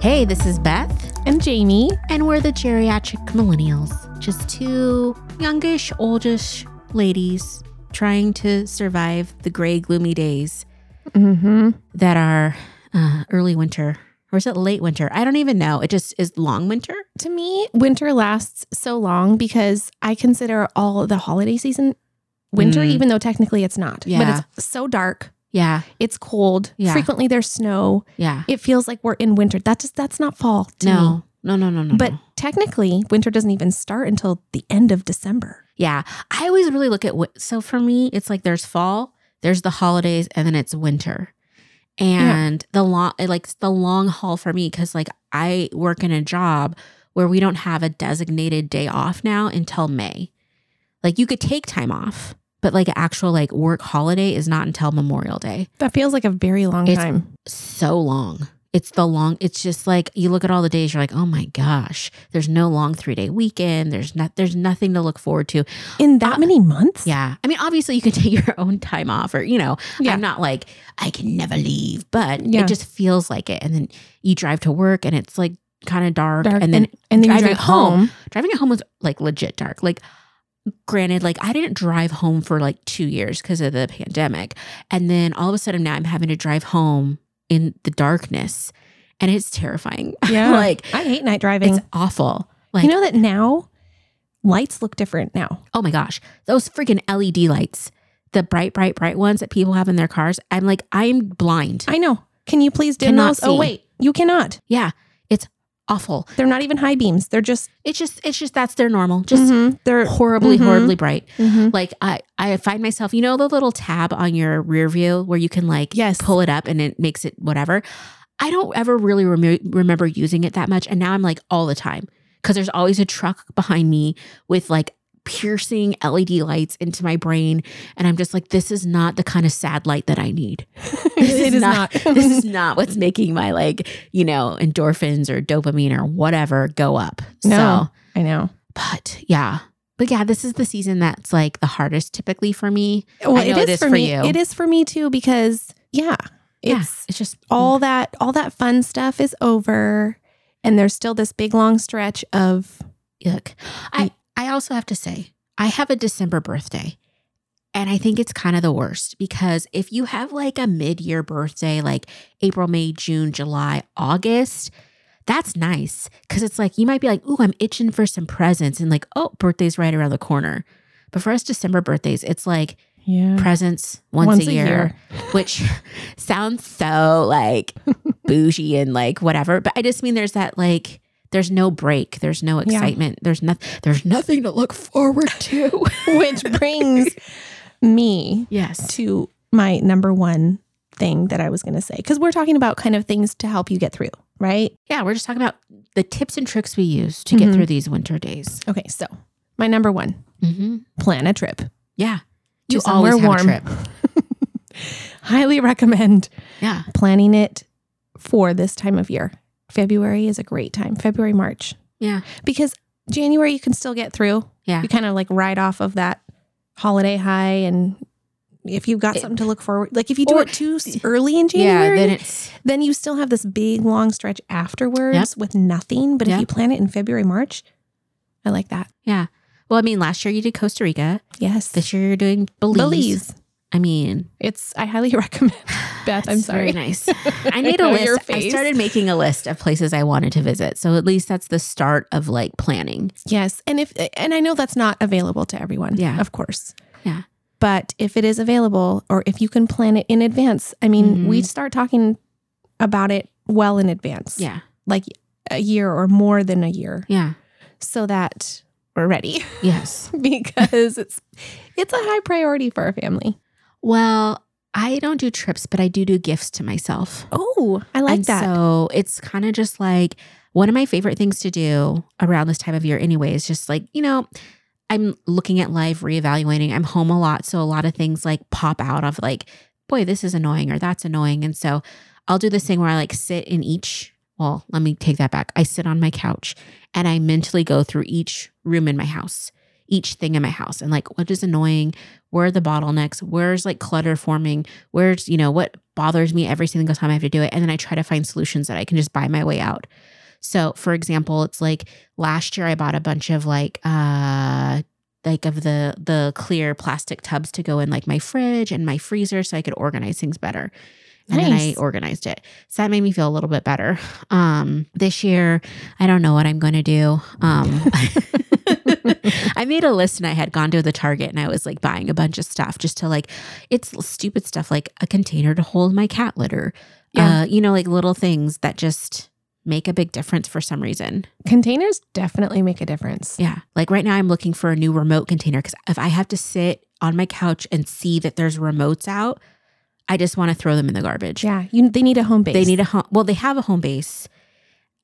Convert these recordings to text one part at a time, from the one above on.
Hey, this is Beth, And Jamie. and we're the geriatric millennials, just two youngish, oldish ladies trying to survive the gray, gloomy days Mm-hmm. that are uh, early winter. Or is it late winter? I don't even know. It just is long winter. To me, winter lasts so long because I consider all the holiday season winter, Mm. even though technically it's not. Yeah. But it's so dark. Yeah, It's cold. Yeah. Frequently there's snow. yeah. It feels like we're in winter. That just that's not fall to me. No, no, no, no, no. But no. technically, winter doesn't even start until the end of December. yeah, I always really look at what. So for me, it's like there's fall, there's the holidays, and then it's winter. And the long, like it's the long haul for me, because like I work in a job where we don't have a designated day off now until May. Like you could take time off, but like actual like work holiday is not until Memorial Day. That feels like a very long It's- time. so long. It's the long, it's just like you look at all the days, you're like, oh my gosh, there's no long three day weekend. There's not there's nothing to look forward to. In that many months? uh, Yeah. I mean, obviously you can take your own time off or, you know, Yeah. I'm not like, I can never leave, but Yeah. it just feels like it. And then you drive to work and it's like kind of dark. Dark. And then and then you driving drive home. driving at home was like legit dark. Like, granted, like I didn't drive home for like two years because of the pandemic. And then all of a sudden now I'm having to drive home in the darkness and it's terrifying. Yeah. like, I hate night driving. it's awful. Like, you know that now lights look different now. oh my gosh, those freaking LED lights, the bright, bright, bright ones that people have in their cars. I'm like, I'm blind. I know. Can you please dim Cannot those? Oh see. wait, you cannot. yeah, it's awful. They're not even high beams. They're just It's just, it's just that's their normal. Just Mhm. they're horribly, Mhm. horribly bright. mhm. like I, I find myself, you know, the little tab on your rear view where you can like Yes. pull it up and it makes it whatever. I don't ever really remo- remember using it that much, and now I'm like all the time because there's always a truck behind me with like piercing LED lights into my brain, and I'm just like, this is not the kind of sad light that I need. This It is is not- not. this is not what's making my like you know endorphins or dopamine or whatever go up. So No. I know. but yeah. But yeah, this is the season that's like the hardest typically for me. Well, I know it is for me. you. It is for me too because yeah, Yeah. it's It's just all that all that fun stuff is over, and there's still this big long stretch of yuck. I I also have to say, I have a December birthday. And I think it's kind of the worst because if you have like a mid-year birthday like April, May, June, July, August, that's nice cuz it's like you might be like, "Ooh, I'm itching for some presents." And like, "Oh, birthday's right around the corner." But for us December birthdays, it's like yeah presents Mm. once, a, year, which sounds so like bougie and like whatever. But I just mean there's that like there's no break, there's no Yeah. excitement, there's nothing, there's nothing to look forward to. which brings me yes, to my number one thing that I was going to say because we're talking about kind of things to help you get through, right? yeah, we're just talking about the tips and tricks we use to get Mhm. through these winter days. Okay, so my number one Mm-hmm. plan a trip. Yeah, To you always have somewhere a trip. Highly recommend Yeah, planning it for this time of year. February is a great time, February, March, yeah, because January you can still get through. Yeah. You kind of like ride off of that holiday high. And if you've got It- something to look forward, like if you do Or- it too s- early in January, yeah. Then it's then you still have this big long stretch afterwards with nothing. But Yep. if you plan it in February, March, I like that. yeah. Well, I mean, last year you did Costa Rica. Yes. This year you're doing Belize. Belize. I mean, It's I highly recommend. Beth, I'm That's sorry. Very nice. I made a know your list. I face. started making a list of places I wanted to visit. So at least that's the start of like planning. Yes. And if and I know that's not available to everyone. Yeah. Of course. Yeah. But if it is available or if you can plan it in advance, I mean, Mm-hmm. we start talking about it well in advance. Yeah. Like a year or more than a year Yeah. so that we're ready Yes. because it's it's a high priority for our family. Well, I don't do trips, but I do do gifts to myself. Oh, I like And that. So it's kind of just like one of my favorite things to do around this time of year, anyway, is just like, you know, I'm looking at life, reevaluating. I'm home a lot. So a lot of things like pop out of like, boy, this is annoying or that's annoying. And so I'll do this thing where I like sit in each, well, let me take that back. I sit on my couch and I mentally go through each room in my house, each thing in my house, and like, what is annoying? Where are the bottlenecks? Where's like clutter forming? Where's, you know, what bothers me every single time I have to do it. And then I try to find solutions that I can just buy my way out. So, for example, it's like last year I bought a bunch of like, uh, like of the the clear plastic tubs to go in like my fridge and my freezer so I could organize things better. And then Nice. I organized it. So that made me feel a little bit better. Um this year, I don't know what I'm going to do. Um I made a list and I had gone to the Target and I was like buying a bunch of stuff just to like it's stupid stuff like a container to hold my cat litter. Yeah. Uh you know like little things that just make a big difference for some reason. Containers definitely make a difference. Yeah. Like right now, I'm looking for a new remote container because if I have to sit on my couch and see that there's remotes out, I just want to throw them in the garbage. Yeah, you, they need a home base. They need a home. Well, they have a home base.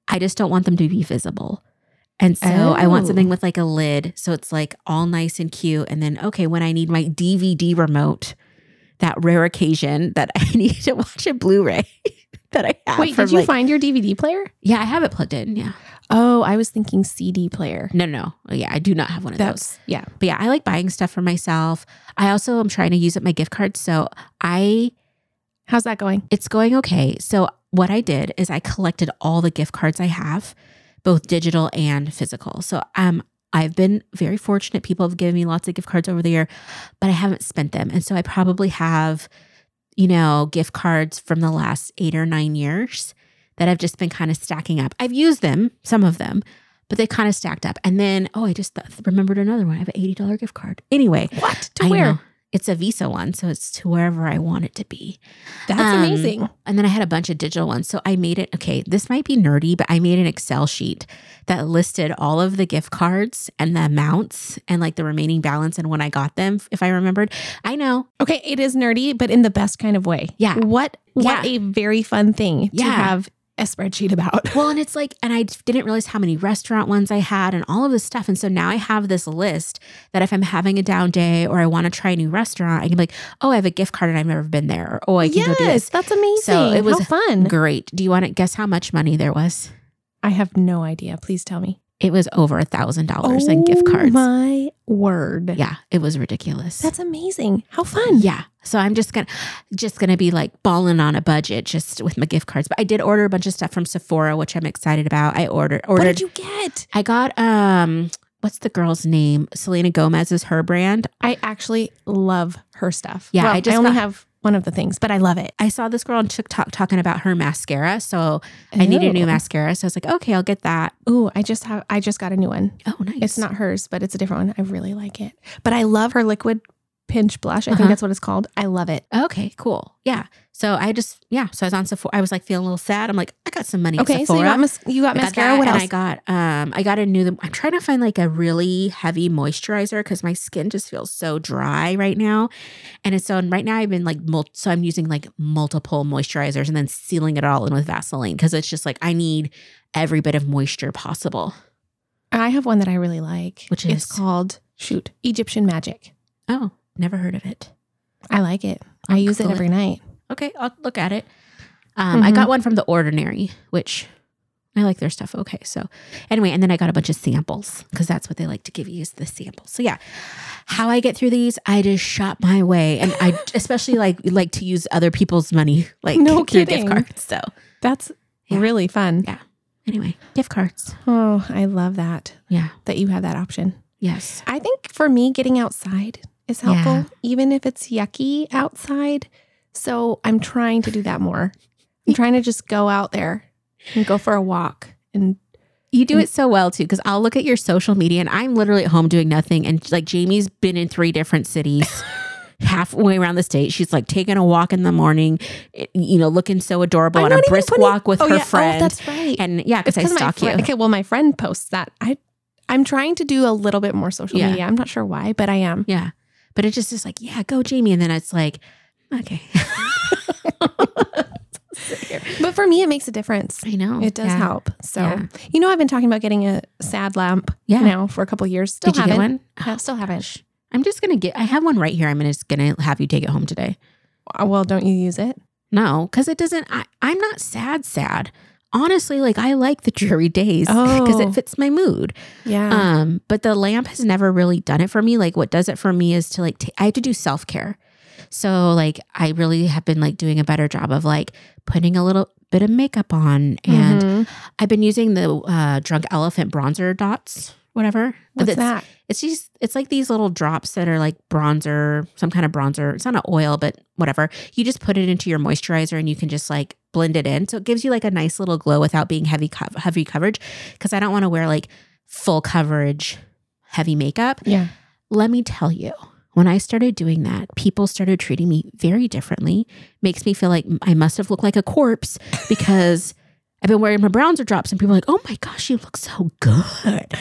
I just don't want them to be visible. And so I want Oh. something with like a lid. So it's like all nice and cute. And then, okay, when I need my DVD remote, that rare occasion that I need to watch a Blu ray that I have. Wait, from, did you like- find your DVD player? Yeah, I have it plugged in. Yeah. Oh, I was thinking CD player. No, no. no. Yeah, I do not have one of those. That's yeah. But yeah, I like buying stuff for myself. I also am trying to use up my gift cards. So I, How's that going? it's going okay. So what I did is I collected all the gift cards I have, both digital and physical. So um, I've been very fortunate. People have given me lots of gift cards over the year, but I haven't spent them. And so I probably have, you know, gift cards from the last eight or nine years that I've just been kind of stacking up. I've used them, some of them, but they kind of stacked up. And then, oh, I just th- remembered another one. I have an $80 gift card. Anyway, What to I where? know. It's a Visa one, so it's to wherever I want it to be. That's Um, amazing. And then I had a bunch of digital ones. So I made it, okay, this might be nerdy, but I made an Excel sheet that listed all of the gift cards and the amounts and like the remaining balance and when I got them, if I remembered. I know. Okay, it is nerdy, but in the best kind of way. Yeah. What what Yeah. a very fun thing to Yeah. have a spreadsheet about. Well, and it's like, and I didn't realize how many restaurant ones I had and all of this stuff. And so now I have this list that if I'm having a down day or I want to try a new restaurant, I can be like, oh, I have a gift card and I've never been there. Or, oh, I can go do this. that's amazing. So it was How fun. Great. Do you want to guess how much money there was? I have no idea. Please tell me. It was over a thousand dollars in gift cards. Oh My word. Yeah, it was ridiculous. That's amazing. How fun. yeah. So I'm just gonna just gonna be like balling on a budget just with my gift cards. But I did order a bunch of stuff from Sephora, which I'm excited about. I ordered What ordered did you get? I got um what's the girl's name? Selena Gomez is her brand. I actually love her stuff. Yeah, Well, I just only got- have one of the things, but I love it. I saw this girl on TikTok talking about her mascara. So I need a new Oh. mascara. So I was like, okay, I'll get that. Ooh, I just have I just got a new one. Oh nice. It's not hers, but it's a different one. I really like it. But I love her liquid pinch blush. I Uh-huh. think that's what it's called. I love it. Okay, cool. Yeah. So I just yeah. So I was on Sephora. I was like feeling a little sad. I'm like, I got some money. at Okay, so you Sephora. got mas- you got I got mascara. that, What and else? I got um I got a new I'm trying to find like a really heavy moisturizer because my skin just feels so dry right now. And it's so and right now I've been like mul- so I'm using like multiple moisturizers and then sealing it all in with Vaseline because it's just like I need every bit of moisture possible. I have one that I really like, Which it's is? called shoot Egyptian Magic. Oh, never heard of it. I like it. I use it Google it. every night. Okay, I'll look at it. Um, I got one from The Ordinary, which I like their stuff. Okay, so anyway, and then I got a bunch of samples because that's what they like to give you is the samples. So yeah, how I get through these, I just shop my way, and I especially like like to use other people's money, like No through kidding. gift cards. So That's Yeah. really fun. anyway, gift cards. Oh, I love that Yeah. that you have that option. Yes. I think for me, getting outside is helpful, Yeah. even if it's yucky outside. So I'm trying to do that more. I'm trying to just go out there and go for a walk. And You Mm. do it so well too, because I'll look at your social media and I'm literally at home doing nothing. And like Jamie's been in three different cities, halfway around the state. She's like taking a walk in the morning, it- you know, looking so adorable I'm on a not even brisk putting- Oh, walk with her friend. that's right. and yeah, because I my stalk you. friend- Okay, well, my friend posts that. I I'm trying to do a little bit more social Yeah. media. I'm not sure why, but I am. Yeah. But it just is like, yeah, go Jamie. And then it's like, okay. But for me, it makes a difference. I know. It does Yeah. help. So Yeah. you know, I've been talking about getting a sad lamp Yeah. now for a couple years. Still Did you haven't. get one? Ha- still haven't. Gosh. I'm just gonna get I have one right here. I'm just gonna have you take it home today. Uh, Well, don't you use it? No, because it doesn't. I, I'm not sad, sad. Honestly, like I like the dreary days because Oh. it fits my mood. Yeah. Um, but the lamp has never really done it for me. Like what does it for me is to like t- I have to do self care. So like I really have been like doing a better job of like putting a little bit of makeup on and Mhm. I've been using the uh, Drunk Elephant bronzer dots, whatever. what's It's- that? It's just it's like these little drops that are like bronzer, some kind of bronzer. It's not an oil, but whatever. You just put it into your moisturizer and you can just like blend it in, so it gives you like a nice little glow without being heavy co- heavy coverage. Because I don't want to wear like full coverage heavy makeup. Yeah. Let me tell you, when I started doing that, people started treating me very differently. Makes me feel like I must have looked like a corpse because I've been wearing my bronzer drops, and people are like, "Oh my gosh, you look so good."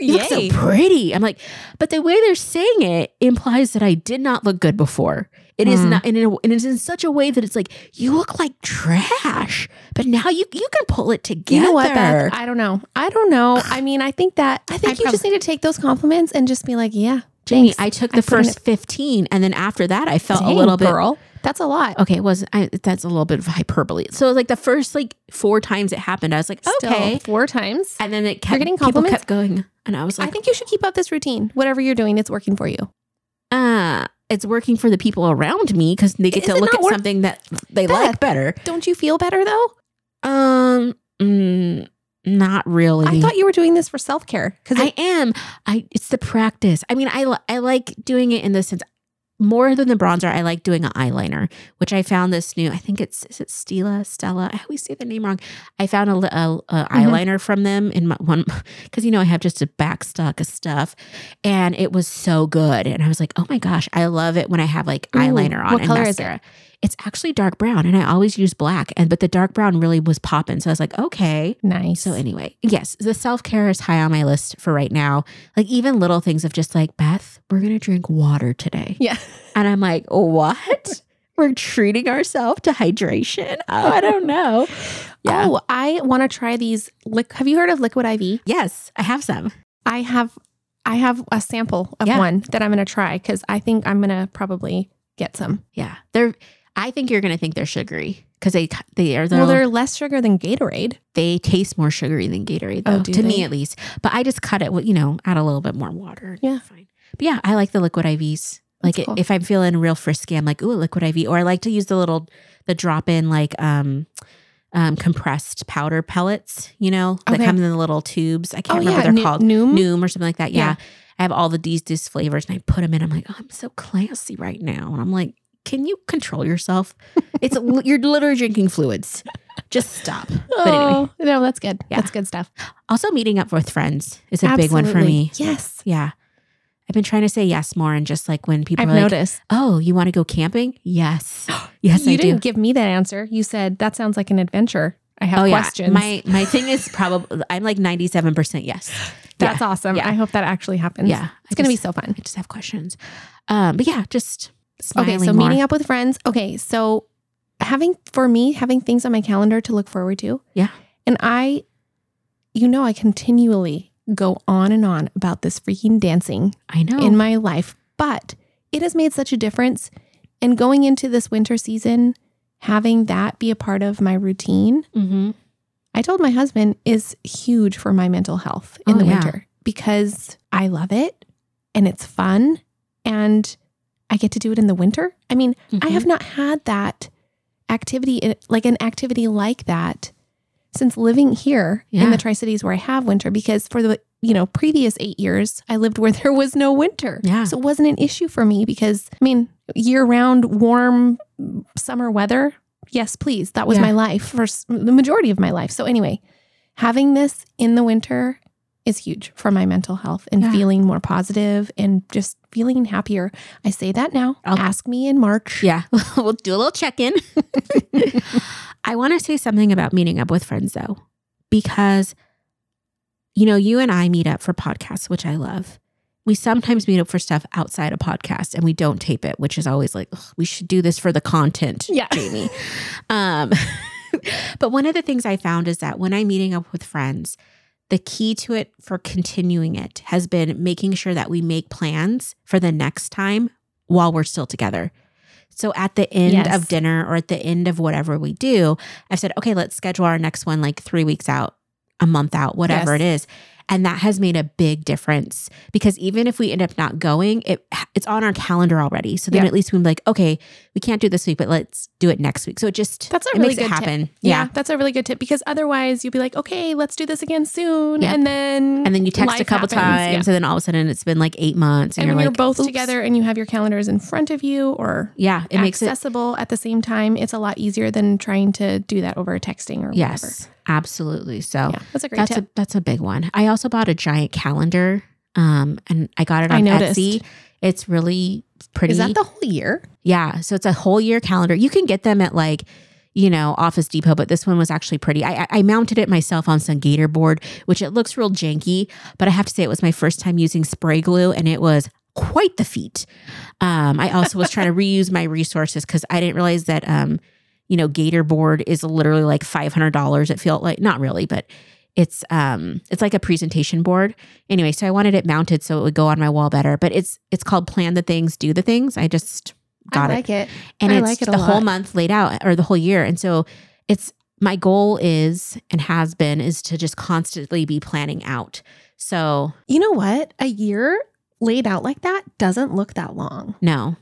You look so Yay. pretty. I'm like, but the way they're saying it implies that I did not look good before. It is Mm. not, and it, and it is in such a way that it's like you look like trash, but now you you can pull it together. You know what, Beth? I don't know. I don't know. I mean, I think that I think you prob- just need to take those compliments and just be like, yeah, Jamie, thanks. I took I the put in first 15, and then after that, I felt a Dang, little bit girl. That's a lot. okay it was I, that's a little bit of hyperbole so like the first like four times it happened i was like Still, okay four times. and then it kept You're getting people compliments? kept going and i was I like think you should keep up this routine. Whatever you're doing, it's working for you. uh it's working for the people around me because they get Is to it look not at work- something that they Beth. like better Don't you feel better though? um mm, not really I thought you were doing this for self care because I am. I it's the practice. I mean, I li- I like doing it in the sense more than the bronzer. I like doing an eyeliner, which I found this new. I think it's is it Stila Stella. I always say the name wrong. I found a, li- a, a Mm-hmm. eyeliner from them in my one because you know I have just a back stock of stuff, and it was so good. And I was like, oh my gosh, I love it when I have like Ooh, eyeliner on what and color is it? mascara. It's actually dark brown, and I always use black. And but the dark brown really was popping, so I was like, okay. nice. So anyway, yes, the self care is high on my list for right now. Like even little things of just like Beth, we're gonna drink water today, yeah, and I'm like, what? we're treating ourselves to hydration? Oh, I don't know. Yeah. Oh, I want to try these. Li- have you heard of Liquid IV? Yes, I have some. I have. I have a sample of Yeah. one that I'm going to try because I think I'm going to probably get some. Yeah, they're. I think you're gonna think they're sugary because they they are. well, they're- they're less sugar than Gatorade. they taste more sugary than Gatorade, though, Oh, do to me they? at least. But I just cut it, with, you know, add a little bit more water. Yeah. fine. But yeah, I like the liquid IVs. Like That's cool. if I'm feeling real frisky, I'm like, ooh, a liquid IV. Or I like to use the little, the drop in like um, um, compressed powder pellets. You know, Okay. that come in the little tubes. I can't remember what they're Oh, Nu- called Noom. Noom or something like that. Yeah. Mm-hmm. Yeah. I have all the these these flavors and I put them in. I'm like, oh, I'm so classy right now. And I'm like, can you control yourself? It's you're literally drinking fluids. Just stop. But anyway. Oh, no, that's good. Yeah. That's good stuff. Also, meeting up with friends is a big one for Absolutely. me. Yes. Yeah. I've been trying to say yes more and just like when people I've are like, noticed. oh, you want to go camping? Yes. Yes, you I didn't do. give me that answer. You said that sounds like an adventure. I have oh, questions. yeah. My, my thing is probably, I'm like 97% yes. That's awesome. yeah. I hope that actually happens. Yeah. It's going to be so fun. I just have questions. Um, but yeah, just smiling Okay, so more. meeting up with friends. Okay, so having for me having things on my calendar to look forward to. Yeah. And I you know I continually go on and on about this freaking dancing I know. in my life, but it has made such a difference and going into this winter season having that be a part of my routine mm-hmm. I told my husband is huge for my mental health in Oh, the yeah. winter because I love it and it's fun and I get to do it in the winter. I mean, I Mm-hmm. have not had that activity uh, like an activity like that since living here in Yeah. the Tri-Cities where I have winter because for the you know previous 8 years I lived where there was no winter. Yeah. So it wasn't an issue for me because I mean, year-round warm summer weather, yes please. That was Yeah. my life for s- the majority of my life. So anyway, having this in the winter is huge for my mental health and Yeah. feeling more positive and just feeling happier. I say that now. I'll- Ask me in March. Mm-hmm. Yeah, we'll do a little check in. I want to say something about meeting up with friends though, because, you know, you and I meet up for podcasts, which I love. We sometimes meet up for stuff outside a podcast and we don't tape it, which is always like, "Ugh, we should do this for the content. Yeah. Jamie. Um, but one of the things I found is that when I'm meeting up with friends, the key to it for continuing it has been making sure that we make plans for the next time while we're still together. So at the end Yes. of dinner or at the end of whatever we do, I've said, okay, let's schedule our next one like three weeks out, a month out, whatever Yes. it is. and that has made a big difference because even if we end up not going, it it's on our calendar already. So then Yeah. at least we're like, okay, we can't do it this week, but let's do it next week. So it just That's a it really makes good it tip. happen. Yeah. Yeah. that's a really good tip because otherwise you'd be like, okay, let's do this again soon. Yep. And then And then you text a Life couple happens, yeah. times, and then all of a sudden it's been like eight months, and, and you're when like you're both "Oops." together and you have your calendars in front of you or Yeah, it makes it accessible at the same time, it's a lot easier than trying to do that over texting or whatever. yes, absolutely. So Yeah, that's a great that's tip. a that's a big one. I also bought a giant calendar, um, and I got it I on noticed. Etsy. It's really pretty. Is that the whole year? Yeah. So it's a whole year calendar. You can get them at like, you know, Office Depot, but this one was actually pretty. I, I- I mounted it myself on some gator board, which it looks real janky, but I have to say it was my first time using spray glue and it was quite the feat. Um, I also was trying to reuse my resources because I didn't realize that, um, you know, gator board is literally like $500. It felt like, not really, but it's um it's like a presentation board anyway so i wanted it mounted so it would go on my wall better but it's it's called plan the things do the things i just got I it like it. and I it's like it a the whole lot. month laid out or the whole year and so it's my goal is and has been is to just constantly be planning out so You know what? A year laid out like that doesn't look that long. no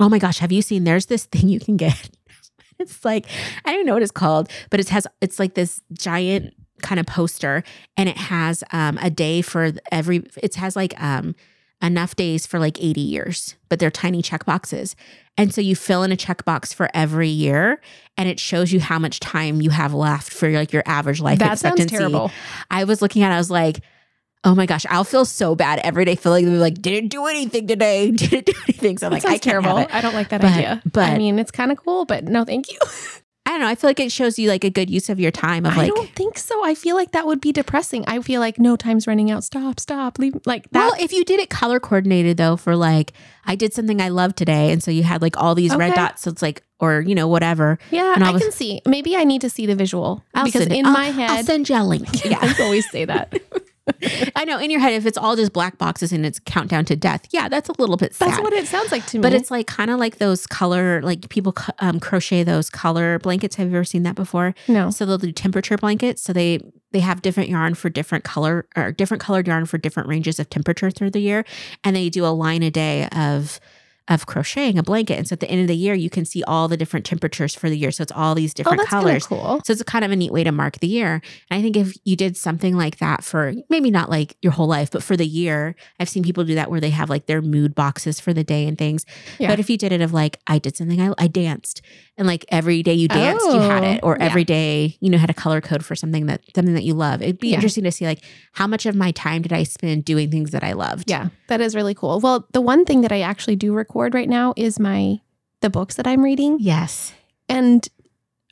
oh my gosh have you seen there's this thing you can get it's like i don't even know what it's called but it has it's like this giant kind of poster and it has um a day for every it has like um enough days for like 80 years but they're tiny check boxes and so you fill in a checkbox for every year and it shows you how much time you have left for like your average life that sounds expectancy terrible. I was looking at it, I was like, oh my gosh, I'll feel so bad every day feeling like, didn't do anything today, didn't do anything. So I'm That like, I sounds can't have terrible. it. I don't like that But- idea. but- I mean, it's kind of cool, but no, thank you. I don't know. I feel like it shows you like a good use of your time of I like, don't think so. I feel like that would be depressing. I feel like no time's running out. Stop, stop, leave. Like that. well, if you did it color coordinated though, for like, I did something I love today. And so you had like all these red Okay. dots. So it's like, or, you know, whatever. yeah, and all I of a- can see. Maybe I need to see the visual I'll because send it. in my I'll head, send you a link. Yeah. I always say that. I know in your head, if it's all just black boxes and it's countdown to death, yeah, that's a little bit sad. That's what it sounds like to me. but it's like kind of like those color, like people co- um, crochet those color blankets. Have you ever seen that before? no. So they'll do temperature blankets. So they they have different yarn for different color or different colored yarn for different ranges of temperature through the year, and they do a line a day of of crocheting a blanket. And so at the end of the year, you can see all the different temperatures for the year. So it's all these Oh, different that's kind of colors. cool. So it's kind of a neat way to mark the year. And I think if you did something like that for maybe not like your whole life, but for the year, I've seen people do that where they have like their mood boxes for the day and things. Yeah. But if you did it of like, I did something, I, I danced, and like every day you danced, you had Oh, it, or yeah. every day you know had a color code for something that something that you love. It'd be Yeah. interesting to see like how much of my time did I spend doing things that I loved. Yeah, that is really cool. Well, the one thing that I actually do record right now is my the books that I'm reading, Yes. and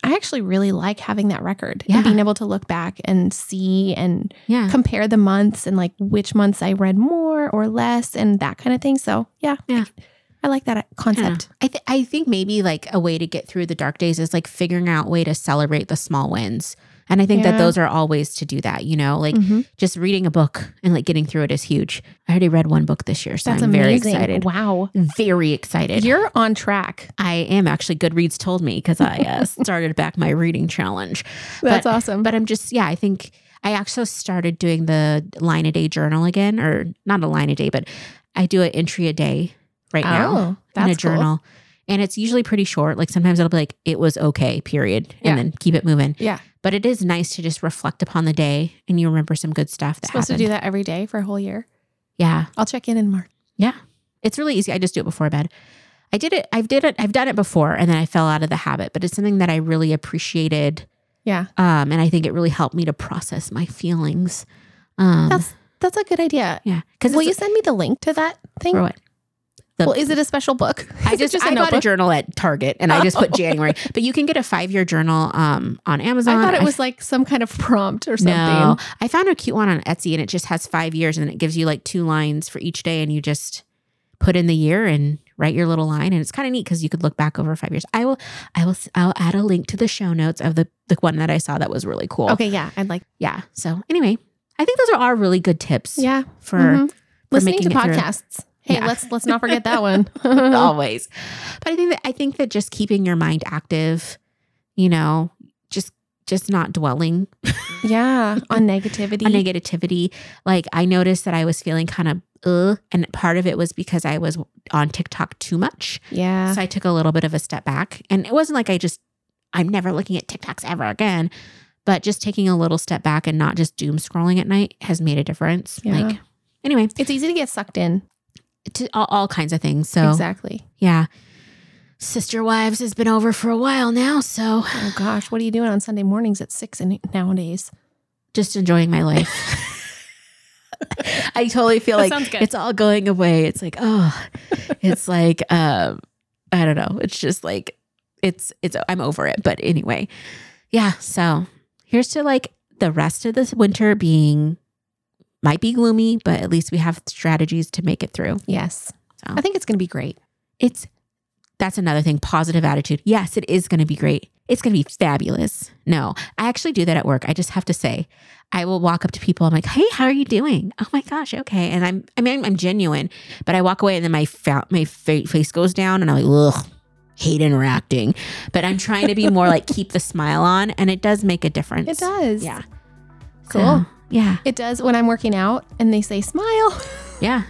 I actually really like having that record Yeah. and being able to look back and see and Yeah. compare the months and like which months I read more or less and that kind of thing. So yeah, Yeah. I, I like that concept. I th- I think maybe like a way to get through the dark days is like figuring out way to celebrate the small wins. And I think that Yeah. those are all ways to do that, you know, like Mhm. just reading a book and like getting through it is huge. I already read one book this year, so That's I'm amazing. very excited. Wow, Very excited. you're on track. I am actually Goodreads told me because I uh, started back my reading challenge. That's awesome. But I'm just yeah, I think I actually started doing the line a day journal again, or not a line a day, but I do an entry a day right now oh, that's in a cool. journal. And it's usually pretty short. Like sometimes it'll be like, it was okay, period. Yeah. And then keep it moving. Yeah, But it is nice to just reflect upon the day and you remember some good stuff that supposed happened. to do that every day for a whole year. Yeah. I'll check in in March. It's really easy. I just do it before bed. I did it, I've did it, I've done it before and then I fell out of the habit, but it's something that I really appreciated. Yeah. Um, and I think it really helped me to process my feelings. Um That's that's a good idea. yeah. Because Will you send me the link to that thing? for what? the- well, is it a special book? I Is it just, I bought a notebook? journal at Target and I just put Oh. January. But you can get a five year journal um on Amazon. I thought it I was like some kind of prompt or something. No, I found a cute one on Etsy, and it just has five years, and it gives you like two lines for each day, and you just put in the year and write your little line, and it's kind of neat because you could look back over five years. I will, I will, s- I'll add a link to the show notes of the the one that I saw that was really cool. Okay, yeah, I'd like. yeah. So anyway, I think those are all really good tips. Yeah, for mhm. listening making to it through. podcasts. Hey, Yeah. let's let's not forget that one. always, but I think that I think that just keeping your mind active, you know, just just not dwelling Yeah. On negativity. on negativity. Like I noticed that I was feeling kind of ugh, and part of it was because I was on TikTok too much. yeah. So I took a little bit of a step back, and it wasn't like I just I'm never looking at TikToks ever again, but just taking a little step back and not just doom scrolling at night has made a difference. Yeah. Like anyway, It's easy to get sucked in. to all, all kinds of things. So Exactly. yeah. Sister Wives has been over for a while now, so Oh gosh, what are you doing on Sunday mornings at six in, nowadays? just enjoying my life. I totally feel That like sounds good. it's all going away. It's like, oh, it's like, um, I don't know. It's just like, it's, it's, I'm over it. But anyway, yeah. So here's to like the rest of this winter being, might be gloomy, but at least we have strategies to make it through. Yes. So. I think it's going to be great. It's, that's another thing, positive attitude. Yes, it is going to be great. It's going to be fabulous. No, I actually do that at work. I just have to say, I will walk up to people. I'm like, "Hey, how are you doing?" Oh my gosh, okay. And I'm, I mean, I'm, I'm genuine, but I walk away and then my fa- my fa- face goes down, and I'm like, "Ugh, hate interacting." But I'm trying to be more like keep the smile on, and it does make a difference. It does. Yeah. Cool. So, yeah. It does when I'm working out and they say smile. Yeah.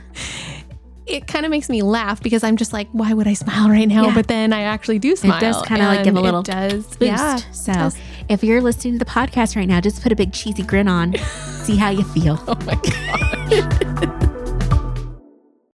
It kind of makes me laugh because I'm just like, why would I smile right now? Yeah. But then I actually do smile. does kinda, like, give and a little It does. Boost. Yeah. so, does. if you're listening to the podcast right now, just put a big cheesy grin on, see how you feel. Oh my god.